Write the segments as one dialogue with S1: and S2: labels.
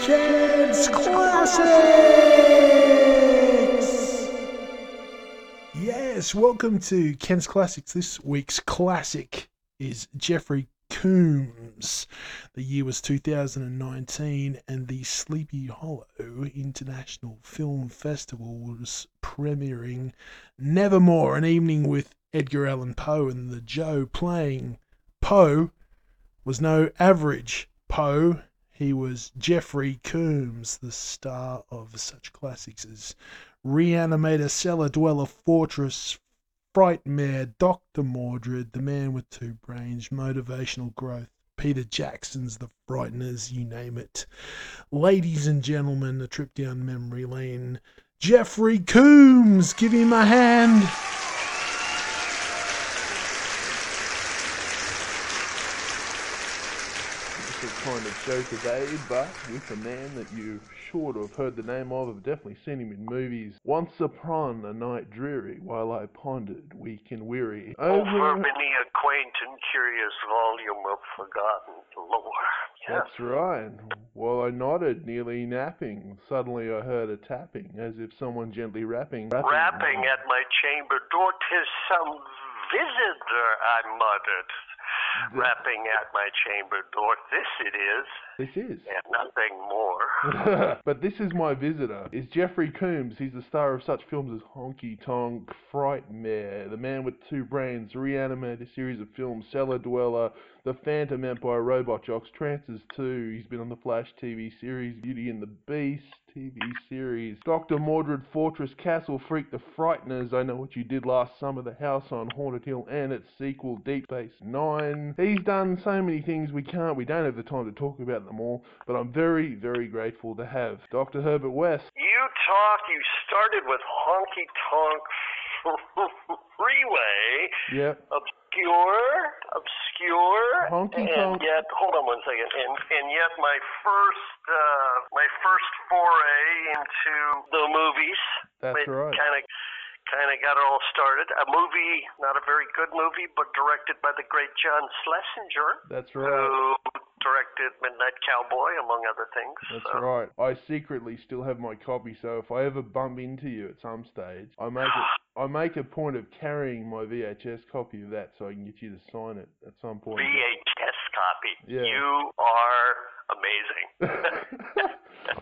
S1: Kids Classics! Yes, welcome to Ken's Classics. This week's classic is Jeffrey Coombs. The year was 2019, and the Sleepy Hollow International Film Festival was premiering Nevermore, an evening with Edgar Allan Poe and the Joe playing Poe was no average Poe. He was Jeffrey Coombs, the star of such classics as Reanimator, Cellar Dweller, Fortress, Frightmare, Dr. Mordred, The Man with Two Brains, Motivational Growth, Peter Jackson's The Frighteners, you name it. Ladies and gentlemen, a trip down memory lane. Jeffrey Coombs, give him a hand.
S2: Different kind of show today, but with a man that you're sure to have heard the name of, have definitely seen him in movies. Once upon a night dreary, while I pondered, weak and weary.
S3: Over
S2: Mm-hmm.
S3: many acquaintance, curious volume of forgotten lore. Yes,
S2: That's right. While I nodded, nearly napping, suddenly I heard a tapping, as if someone gently rapping.
S3: rapping at my chamber door, 'tis some visitor, I muttered. Rapping at my chamber door, this it is,
S2: This is.
S3: and nothing more.
S2: but this is my visitor. It's Jeffrey Coombs. He's the star of such films as Honky Tonk, Frightmare, The Man with Two Brains, Reanimated series of films, Cellar Dweller, The Phantom Empire, Robot Jocks, Trances 2. He's been on the Flash TV series, Beauty and the Beast TV series, Dr. Mordred, Fortress, Castle Freak, The Frighteners, I Know What You Did Last Summer, The House on Haunted Hill, and its sequel, Deep Space Nine. He's done so many things we can't, we don't have the time to talk about them all, but I'm very, very grateful to have Dr. Herbert West.
S3: You talk, you started with honky tonk freeway,
S2: Yeah.
S3: obscure, obscure,
S2: Honky
S3: and
S2: tonk.
S3: yet hold on one second, and and yet my first uh, my first foray into the movies.
S2: That's right.
S3: Kind of kind of got it all started. A movie, not a very good movie, but directed by the great John Schlesinger,
S2: That's right.
S3: who directed Midnight Cowboy, among other things.
S2: That's
S3: so.
S2: right. I secretly still have my copy, so if I ever bump into you at some stage, I make it. I make a point of carrying my VHS copy of that so I can get you to sign it at some point.
S3: VHS copy.
S2: Yeah.
S3: You are amazing.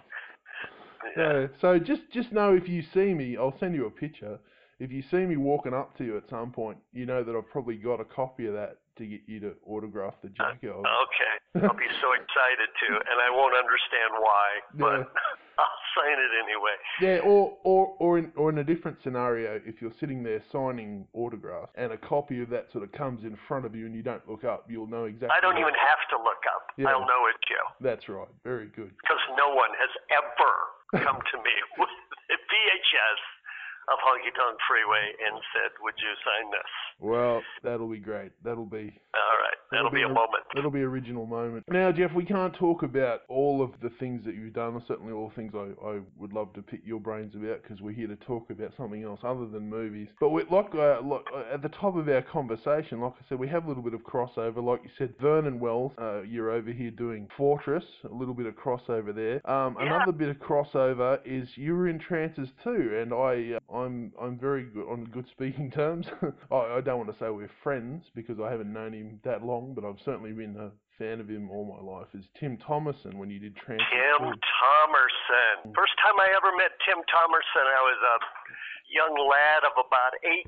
S2: Yeah, so just just know if you see me, I'll send you a picture. If you see me walking up to you at some point, you know that I've probably got a copy of that to get you to autograph the
S3: Uh,
S2: jacket. of.
S3: Okay. I'll be so excited to, and I won't understand why, but I'll sign it anyway.
S2: Yeah, or or or in or in a different scenario, if you're sitting there signing autographs and a copy of that sort of comes in front of you and you don't look up, you'll know exactly.
S3: I don't
S2: what-
S3: even have to look up.
S2: Yeah.
S3: I'll know it, Joe,
S2: That's right. Very good.
S3: because no one has ever come to me with a VHS of Honky Tonk Freeway and said, "Would you sign this?"
S2: Well, that'll be great. That'll be
S3: All right,
S2: That'll
S3: that'll
S2: be
S3: be a
S2: a-
S3: moment.
S2: It'll be original moment. Now, Jeff, we can't talk about all of the things that you've done, or certainly all the things I, I would love to pick your brains about, because we're here to talk about something else other than movies. But we, like, uh, like uh, at the top of our conversation, like I said, we have a little bit of crossover. Like you said, Vernon Wells, uh, you're over here doing Fortress, a little bit of crossover there. Um,
S3: Yeah.
S2: Another bit of crossover is you were in Trances too, and I, uh, I'm, I'm very good on good speaking terms. I, I don't want to say we're friends because I haven't known him that long, but I've certainly been a fan of him all my life. Is Tim Thomason when you did Trances?
S3: Tim
S2: too.
S3: Thomerson. First time I ever met Tim Thomerson, I was a young lad of about 18,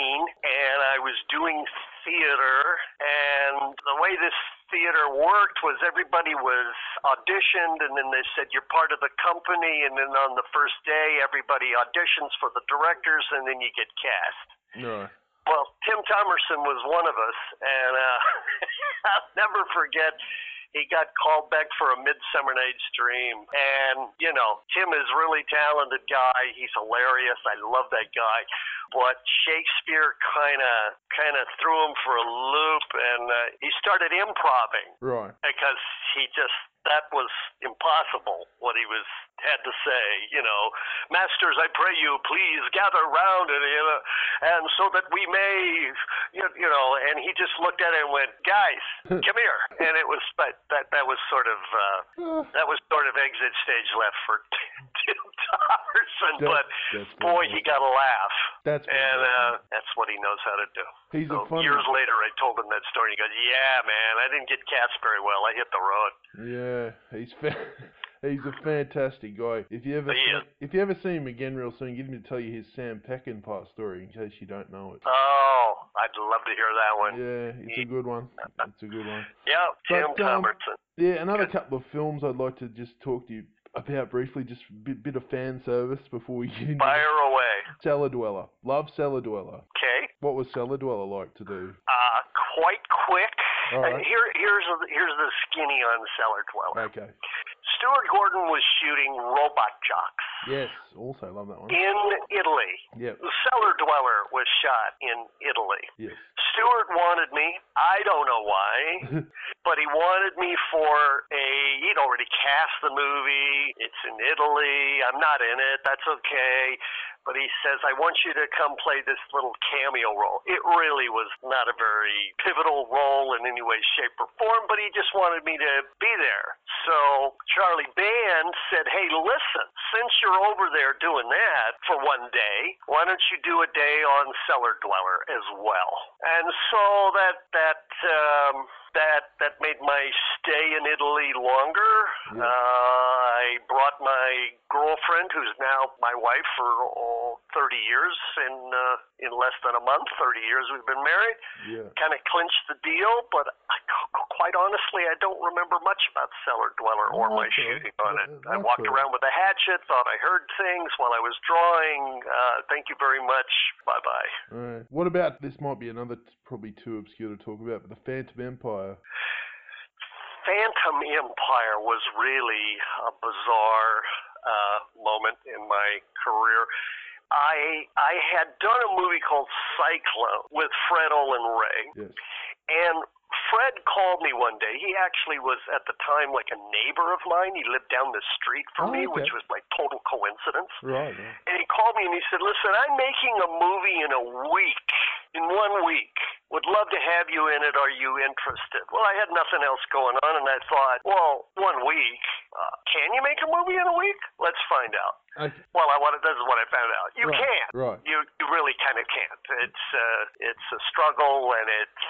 S3: and I was doing theater. And the way this theater worked was everybody was auditioned, and then they said, You're part of the company. And then on the first day, everybody auditions for the directors, and then you get cast.
S2: No.
S3: Well, Tim Thomerson was one of us, and uh, I'll never forget. He got called back for a Midsummer Night's Dream, and you know Tim is really talented guy. He's hilarious. I love that guy, but Shakespeare kind of kind of threw him for a loop, and uh, he started improving
S2: Right.
S3: because he just that was impossible what he was had to say you know masters i pray you please gather round and you know, and so that we may you, you know and he just looked at it and went guys come here and it was but that that was sort of uh,
S2: Uh,
S3: that was sort of exit stage left for Tim Thomerson,
S2: that-
S3: but
S2: that's good.
S3: boy, he got a laugh,
S2: That's
S3: and uh, that's what he knows how to do.
S2: he's
S3: So
S2: a fun
S3: years later, I told him that story. He goes, "Yeah, man, I didn't get cats very well. I hit the road."
S2: Yeah, he's fa- he's a fantastic guy. If you ever
S3: He
S2: see,
S3: is.
S2: if you ever see him again real soon, get him to tell you his Sam Peckinpah story in case you don't know it.
S3: Oh, I'd love to hear that one.
S2: Yeah, it's a good one. It's a good one.
S3: Yeah, Tim
S2: But, um,
S3: Thomerson.
S2: Yeah, another
S3: Good.
S2: couple of films I'd like to just talk to you about briefly, just a bit, bit of fan service before we get into it.
S3: Fire away.
S2: Cellar Dweller. Love Cellar Dweller.
S3: Okay.
S2: What was Cellar Dweller like to do?
S3: Uh, quite quick. Uh,
S2: All right.
S3: Here, here's here's the skinny on Cellar Dweller.
S2: Okay.
S3: Stuart Gordon was shooting robot jocks
S2: Yes, also love that one.
S3: in Italy.
S2: Yep.
S3: The Cellar Dweller was shot in Italy.
S2: Yes.
S3: Stewart wanted me. I don't know why, but he wanted me for a. He'd already cast the movie. It's in Italy. I'm not in it. That's okay. But he says, I want you to come play this little cameo role. It really was not a very pivotal role in any way, shape, or form, but he just wanted me to be there. So Charlie Band said, Hey, listen, since you're over there doing that for one day, why don't you do a day on Cellar Dweller as well? And so that, that, um, that that made my stay in Italy
S2: Yeah.
S3: longer. Uh, I brought my girlfriend, who's now my wife for oh, 30 years, in uh, in less than a month. 30 years we've been married.
S2: Yeah.
S3: Kind of clinched the deal, but I, quite honestly, I don't remember much about Cellar Dweller or my
S2: Okay.
S3: shooting on it.
S2: Uh,
S3: I
S2: that's all
S3: walked
S2: right.
S3: around with a hatchet, thought I heard things while I was drawing. Uh, thank you very much. Bye bye.
S2: Alright. What about this? Might be another t- probably too obscure to talk about, but the Phantom Empire.
S3: Phantom Empire was really a bizarre uh, moment in my career. I I had done a movie called Cyclone with Fred Olin Ray,
S2: Yes.
S3: and Fred called me one day. He actually was at the time like a neighbor of mine. He lived down the street from
S2: Oh,
S3: me,
S2: okay.
S3: which was like total coincidence.
S2: Right. Yeah.
S3: And he called me and he said, "Listen, I'm making a movie in a week. In one week, would love to have you in it. Are you interested?" Well, I had nothing else going on, and I thought, "Well, one week? Uh, can you make a movie in a week? Let's find out."
S2: Okay.
S3: Well, I wanted. This is what I found out. You
S2: right.
S3: can't.
S2: Right.
S3: You you really kind of can't. It's uh, it's a struggle, and it's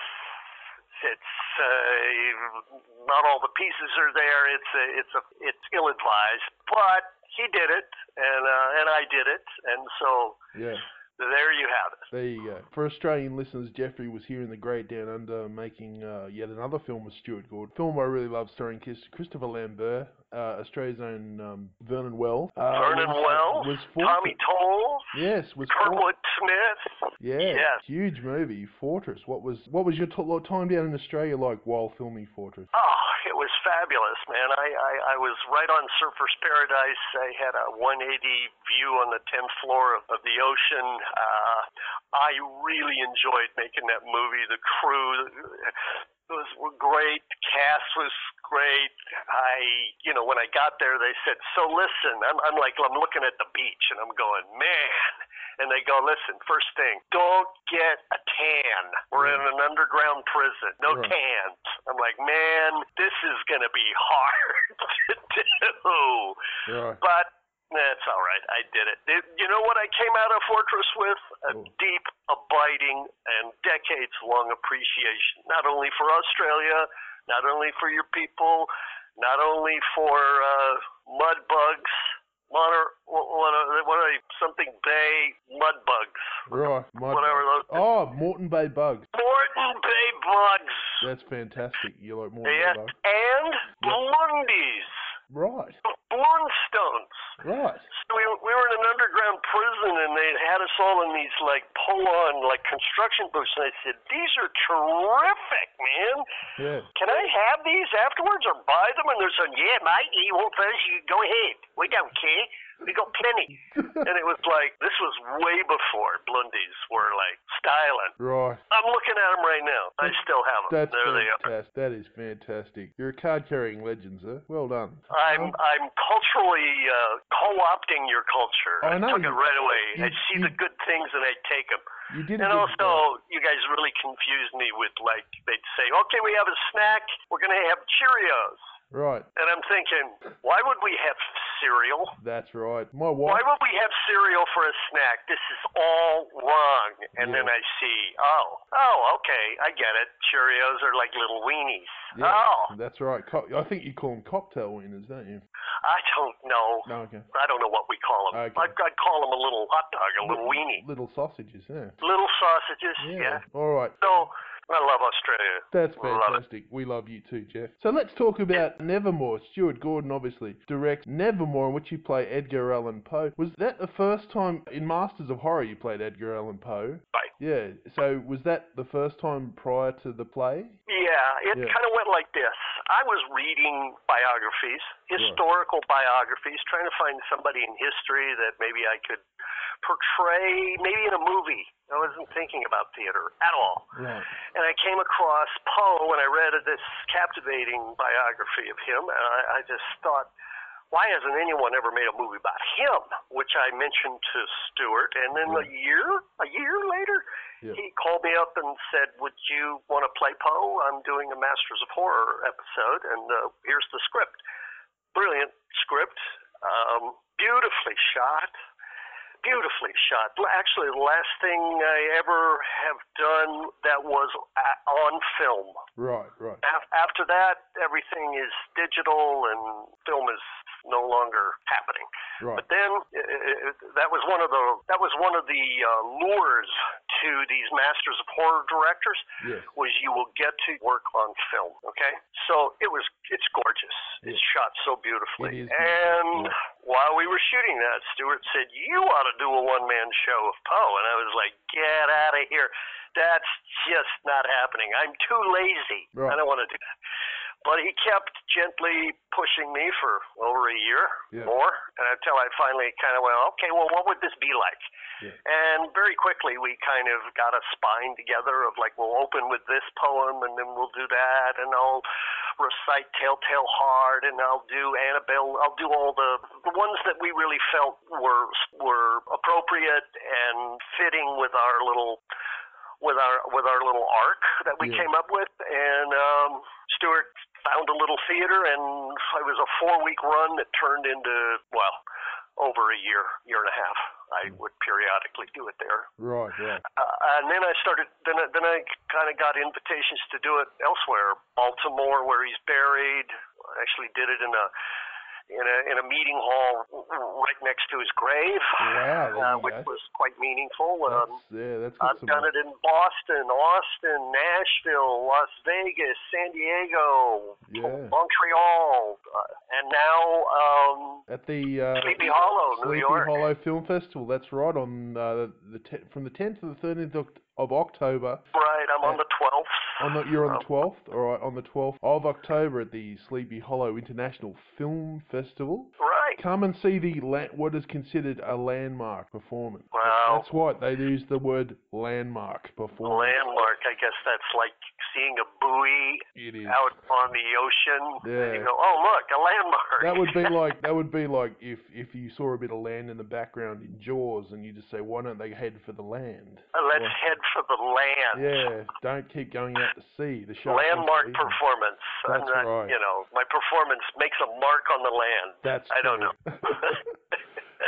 S3: it's uh, not all the pieces are there. It's a, it's a, it's ill advised, but he did it, and uh, and I did it, and so
S2: Yeah.
S3: there you have it.
S2: There you go. For Australian listeners, Jeffrey was here in the Great Down Under making uh, yet another film with Stuart Gordon. Film I really love, starring Chris- Christopher Lambert, uh, Australia's own um, Vernon Wells. Uh,
S3: Vernon
S2: was-
S3: Wells,
S2: was Fortress-
S3: Tommy Toll,
S2: Yes, was Fortress.
S3: Kurtwood Smith.
S2: Yeah,
S3: yes.
S2: huge movie, Fortress. What was what was your t- lo- time down in Australia like while filming Fortress?
S3: Oh, it was fabulous, man. I, I, I was right on Surfer's Paradise. I had a 180 view on the 10th floor of, of the ocean. Uh, I really enjoyed making that movie. The crew uh, was were great. The cast was great. I, you know, when I got there, they said, "So listen," I'm, I'm like, I'm looking at the beach, and I'm going, "Man." And they go, "Listen, first thing, don't get a tan. We're in an underground prison. No
S2: Right.
S3: tans." I'm like, "Man, this is gonna be hard to do."
S2: Right.
S3: But that's all right. I did it. it. You know what I came out of Fortress with? A
S2: Oh.
S3: deep, abiding, and decades long appreciation, not only for Australia, not only for your people, not only for uh, mud bugs. Mono, what, what are, what are they? Something Bay mud bugs.
S2: Right. Mud
S3: Whatever
S2: Bugs.
S3: those-
S2: Oh, Moreton Bay Bugs.
S3: Morton Bay bugs.
S2: That's fantastic. You like Moreton
S3: Yeah.
S2: Bay Bugs?
S3: And
S2: Yeah.
S3: Blundies.
S2: Right.
S3: Blundstones.
S2: Right.
S3: So we, we were in an underground prison, and they had us all in these like pull-on like construction booths. And I said, "These are terrific, man.
S2: Yeah.
S3: Can I have these afterwards or buy them?" And they're saying, "Yeah, mate, you want those? You go ahead. We don't care." We go Penny. and it was like, this was way before Blundies were like styling.
S2: Right.
S3: I'm looking at them right now. I still have them.
S2: That's
S3: there they are.
S2: fantastic. That is fantastic. You're a card carrying legend, sir. Well done.
S3: I'm I'm culturally uh, co-opting your culture.
S2: Oh, I know,
S3: took
S2: you-
S3: it right away. I
S2: you-
S3: see
S2: you-
S3: the good things and I take them.
S2: You did a
S3: And
S2: good job.
S3: also, you guys really confused me with like they'd say, "Okay, we have a snack. We're gonna have Cheerios,"
S2: Right.
S3: and I'm thinking, why would we have cereal?
S2: That's right. My
S3: Why
S2: wife.
S3: would we have cereal for a snack? This is all wrong. And then
S2: Yeah.
S3: I see, oh, oh, okay, I get it. Cheerios are like little weenies.
S2: Yeah,
S3: Oh,
S2: That's right. Co- I think you call them cocktail wieners, don't you?
S3: I don't know.
S2: No, okay.
S3: I don't know what we call them.
S2: Okay.
S3: I'd, I'd call them a little hot dog, a little weenie,
S2: Little sausages, yeah.
S3: little sausages. Yeah.
S2: All right.
S3: So I love Australia.
S2: That's
S3: Love it.
S2: fantastic. We love you too, Jeff. So let's talk about Nevermore. Stuart Gordon obviously directs Nevermore, in which you play Edgar Allan Poe. Was that the first time in Masters of Horror you played Edgar Allan Poe?
S3: Right.
S2: Yeah. So was that the first time prior to the play?
S3: Yeah, it
S2: Yeah.
S3: kind of went like this. I was reading biographies, historical biographies, trying to find somebody in history that maybe I could portray, maybe in a movie. I wasn't thinking about theater at all.
S2: Right.
S3: And I came across Poe and I read this captivating biography of him, and I, I just thought, why hasn't anyone ever made a movie about him? Which I mentioned to Stewart, and then a year, a year later,
S2: Yeah.
S3: he called me up and said, "Would you want to play Poe? I'm doing a Masters of Horror episode, and uh, here's the script. Brilliant script, um, beautifully shot, beautifully shot. L- Actually, the last thing I ever have done that was a- on film.
S2: Right. Right.
S3: Af- After that, everything is digital, and film is no longer happening."
S2: Right.
S3: But then uh, uh, that was one of the that was one of the uh, lures to these masters of horror directors
S2: Yes.
S3: was you will get to work on film. Okay, so it was it's gorgeous. It's shot so
S2: It is
S3: beautifully.
S2: beautiful,
S3: And while we were shooting that, Stewart said you ought to do a one man show of Poe, and I was like, get out of here. That's just not happening. I'm too lazy.
S2: Right.
S3: I don't want to do that. But he kept gently pushing me for over a year
S2: Yeah.
S3: more and until I finally kind of went, okay, well, what would this be like?
S2: Yeah.
S3: And very quickly we kind of got a spine together of like, we'll open with this poem and then we'll do that and I'll recite Telltale Heart and I'll do Annabelle. I'll do all the, the ones that we really felt were, were appropriate and fitting with our little with our with our little arc that we
S2: Yeah.
S3: came up with, and um, Stuart found a little theater, and it was a four week run that turned into well over a year, year and a half. I would periodically do it there,
S2: Right. Right.
S3: uh, and then I started. Then I, then I kind of got invitations to do it elsewhere, Baltimore, where he's buried. I actually did it in a. In a, in a meeting hall right next to his grave,
S2: Wow, there
S3: uh,
S2: you
S3: which
S2: go.
S3: was quite meaningful.
S2: That's,
S3: Um,
S2: yeah. That's got
S3: I've
S2: some.
S3: done it in Boston, Austin, Nashville, Las Vegas, San Diego,
S2: Yeah.
S3: Montreal, uh, and now um,
S2: At the uh,
S3: Sleepy Hollow, New
S2: Sleepy
S3: York.
S2: Hollow Film Festival. That's right. On uh, the te- from the 10th to the 13th of- of October.
S3: Right, I'm on the 12th.
S2: On the, you're on the
S3: Um,
S2: 12th, all right, on the 12th of October at the Sleepy Hollow International Film Festival.
S3: Um, Right.
S2: Come and see the la- what is considered a landmark performance.
S3: Wow.
S2: That's right, they use the word landmark performance.
S3: Landmark, I guess that's like seeing a buoy
S2: it is.
S3: out on the ocean. And you
S2: Yeah.
S3: go, oh, look, a landmark.
S2: That would be like that would be like if if you saw a bit of land in the background in Jaws and you just say why don't they head for the land?
S3: Uh, Let's
S2: Or-
S3: head for the land.
S2: yeah, don't keep going out to sea. The shark wants to
S3: Landmark
S2: eat you.
S3: performance. I'm
S2: That's
S3: not,
S2: right.
S3: you know, my performance makes a mark on the land.
S2: That's
S3: I don't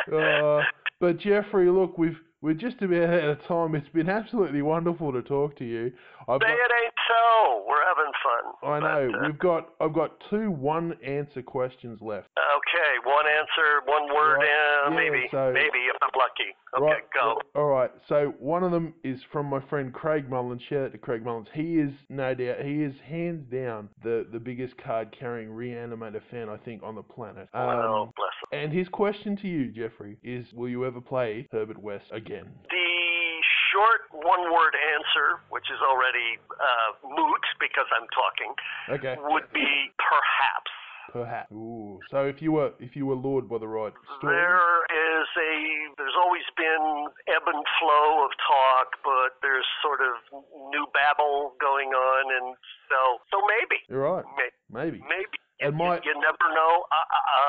S2: know. uh, but Jeffrey, look, we've we're just about out of time. It's been absolutely wonderful to talk to you. I've
S3: Say
S2: got,
S3: it ain't so. We're having fun.
S2: I know
S3: But, uh,
S2: we've got I've got two one answer questions left.
S3: uh, okay, one answer, one word,
S2: Right,
S3: uh,
S2: yeah,
S3: maybe,
S2: so-
S3: maybe if I'm lucky. Okay,
S2: right,
S3: go.
S2: All right. So one of them is from my friend Craig Mullins. Shout out to Craig Mullins. He is no doubt he is hands down the the biggest card carrying reanimator fan I think on the planet. Um,
S3: Well, bless him.
S2: And his question to you, Jeffrey, is: Will you ever play Herbert West again?
S3: The short one-word answer, which is already uh, moot because I'm talking,
S2: Okay.
S3: would be perhaps.
S2: Perhaps. Ooh. So if you were if you were lured by the right story,
S3: There is a, there's always been ebb and flow of talk, but there's sort of new babble going on, and so, so maybe,
S2: you're right.
S3: may-
S2: Maybe.
S3: maybe.
S2: And
S3: You,
S2: my
S3: you never know. I, I,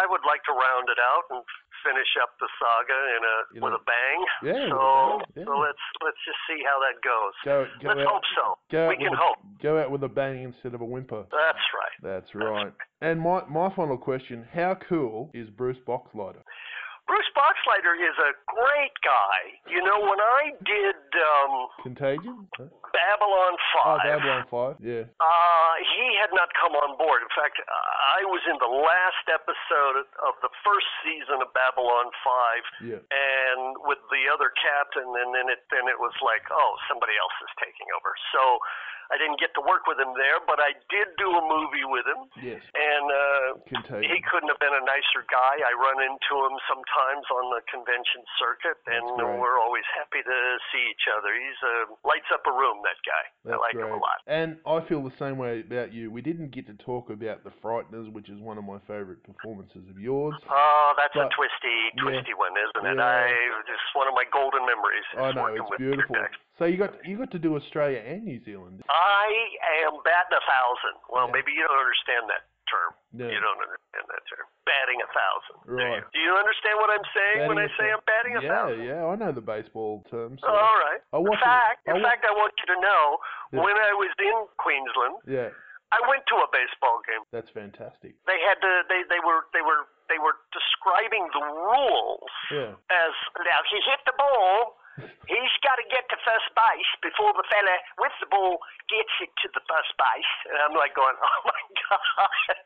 S3: I- I would like to round it out and finish up the saga in a
S2: You
S3: with
S2: know,
S3: a bang.
S2: yeah.
S3: so,
S2: yeah.
S3: so let's let's just see how that goes.
S2: go go
S3: let's
S2: out
S3: hope so.
S2: go
S3: We
S2: out with
S3: can
S2: a,
S3: hope.
S2: go out with a bang instead of a whimper.
S3: That's right.
S2: That's right. And my, my final question: How cool is Bruce Boxleiter?
S3: Bruce Boxleiter is a great guy. You know, when I did um,
S2: Contagion? Huh?
S3: Babylon
S2: Oh,
S3: Five.
S2: Babylon Five. Yeah.
S3: Uh, he had not come on board. In fact, I was in the last episode of the first season of Babylon 5
S2: Yeah.
S3: and with the other captain and then it then it was like, oh, somebody else is taking over. So I didn't get to work with him there, but I did do a movie with him
S2: Yes.
S3: and uh
S2: Contagion.
S3: he couldn't have been a nicer guy. I run into him sometimes on the convention circuit, and
S2: That's great.
S3: we're always happy to see each other. He's a lights up a room. That guy. I
S2: That's
S3: like
S2: great.
S3: him a lot.
S2: And I feel the same way about you. We didn't get to talk about The Frighteners, which is one of my favourite performances of yours.
S3: Oh, that's a
S2: But-
S3: twisty,
S2: yeah.
S3: twisty one, isn't it?
S2: Yeah.
S3: I it's one of my golden memories. is
S2: I know
S3: working
S2: it's
S3: with Peter
S2: beautiful.
S3: Jackson.
S2: So you got you got to do Australia and New Zealand.
S3: I am batting a thousand. Well,
S2: Yeah.
S3: maybe you don't understand that term.
S2: No.
S3: You don't understand that term. Batting a thousand. Do you?
S2: Right.
S3: Do you understand what I'm saying when I
S2: Batting a
S3: say
S2: thou-
S3: I'm batting a
S2: yeah,
S3: thousand?
S2: yeah, I know the baseball term. So
S3: All right.
S2: I
S3: In
S2: watch it-
S3: fact,
S2: I
S3: in
S2: wa-
S3: fact, I want you to know
S2: Yeah.
S3: when I was in Queensland,
S2: yeah,
S3: I went to a baseball game.
S2: that's fantastic.
S3: They had to. They they were they were they were describing the rules
S2: Yeah,
S3: as now he hit the ball. He's got to get to first base before the fella with the ball gets it to the first base. And I'm like going, oh my god,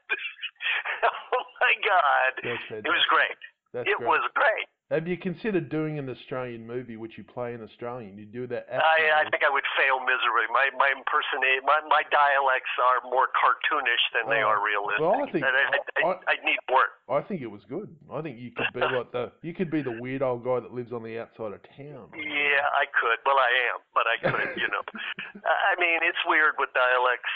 S3: oh my god.
S2: that's fantastic.
S3: It was great.
S2: That's
S3: it
S2: great.
S3: was great.
S2: Have you considered doing an Australian movie which you play in Australian? You do that.
S3: I, I
S2: accent.
S3: think I would fail miserably. My my impersonate my, my dialects are more cartoonish than they
S2: Oh,
S3: are realistic.
S2: well, I think-
S3: And I, I, I,
S2: I-
S3: I'd need work.
S2: I think it was good. I think you could be like the you could be the weird old guy that lives on the outside of town.
S3: Yeah, I could. Well, I am, but I could. You know, I I mean, it's weird with dialects.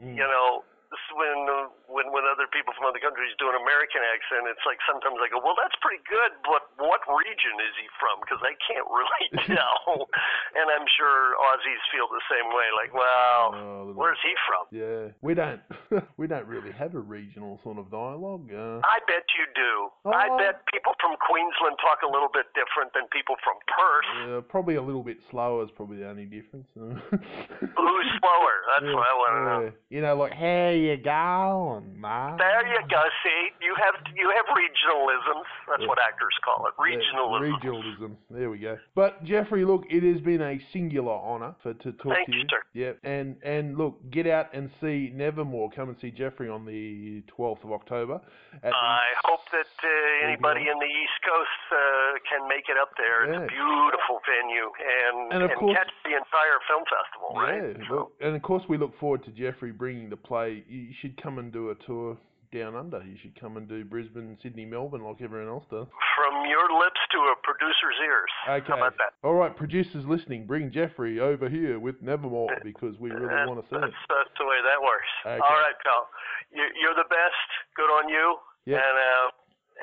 S2: Mm.
S3: you know this is when uh, when when other people from other countries do an American accent, it's like sometimes I go, well, that's pretty good, but what region is he from? Because I can't really tell, and I'm sure Aussies feel the same way. Like, well,
S2: Oh, little-
S3: where's he from?
S2: Yeah, we don't we don't really have a regional sort of dialogue. Uh,
S3: I bet you do. I
S2: Oh.
S3: bet people from Queensland talk a little bit different than people from Perth.
S2: yeah, probably a little bit slower is probably the only difference.
S3: Who's slower? That's
S2: Yeah,
S3: what I want to know.
S2: yeah. You know, like how you going, mate?
S3: There you go. See, you have you have regionalisms. That's
S2: Yeah.
S3: what actors call it.
S2: Yeah,
S3: Regionalism.
S2: Regionalism. There we go. But Jeffrey, look, it has been a singular honour for to talk
S3: Thanks,
S2: to you.
S3: sir.
S2: Yeah, and and look, get out and see Nevermore. Come and see Jeffrey on the 12th of October. At the-
S3: I hope that uh, anybody
S2: yeah.
S3: in the East Coast uh, can make it up there. It's a
S2: Yeah.
S3: beautiful venue and,
S2: And of course-
S3: catch the entire film festival, right?
S2: Yeah,
S3: So,
S2: look, and of course we look forward to Jeffrey bringing the play. You you should come and do a tour down under. You should come and do Brisbane, Sydney, Melbourne, like everyone else does.
S3: From your lips to a producer's ears.
S2: Okay.
S3: How about that?
S2: All right, producers listening, bring Jeffrey over here with Nevermore because we really
S3: That-
S2: want to see it.
S3: that's, that's the way that works.
S2: Okay.
S3: All right, pal. You, you're the best. Good on you.
S2: Yeah.
S3: And, uh,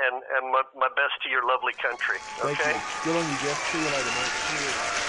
S3: and and my, my best to your lovely country.
S2: Thank
S3: okay?
S2: you. Good on you, Jeff. See you later, mate.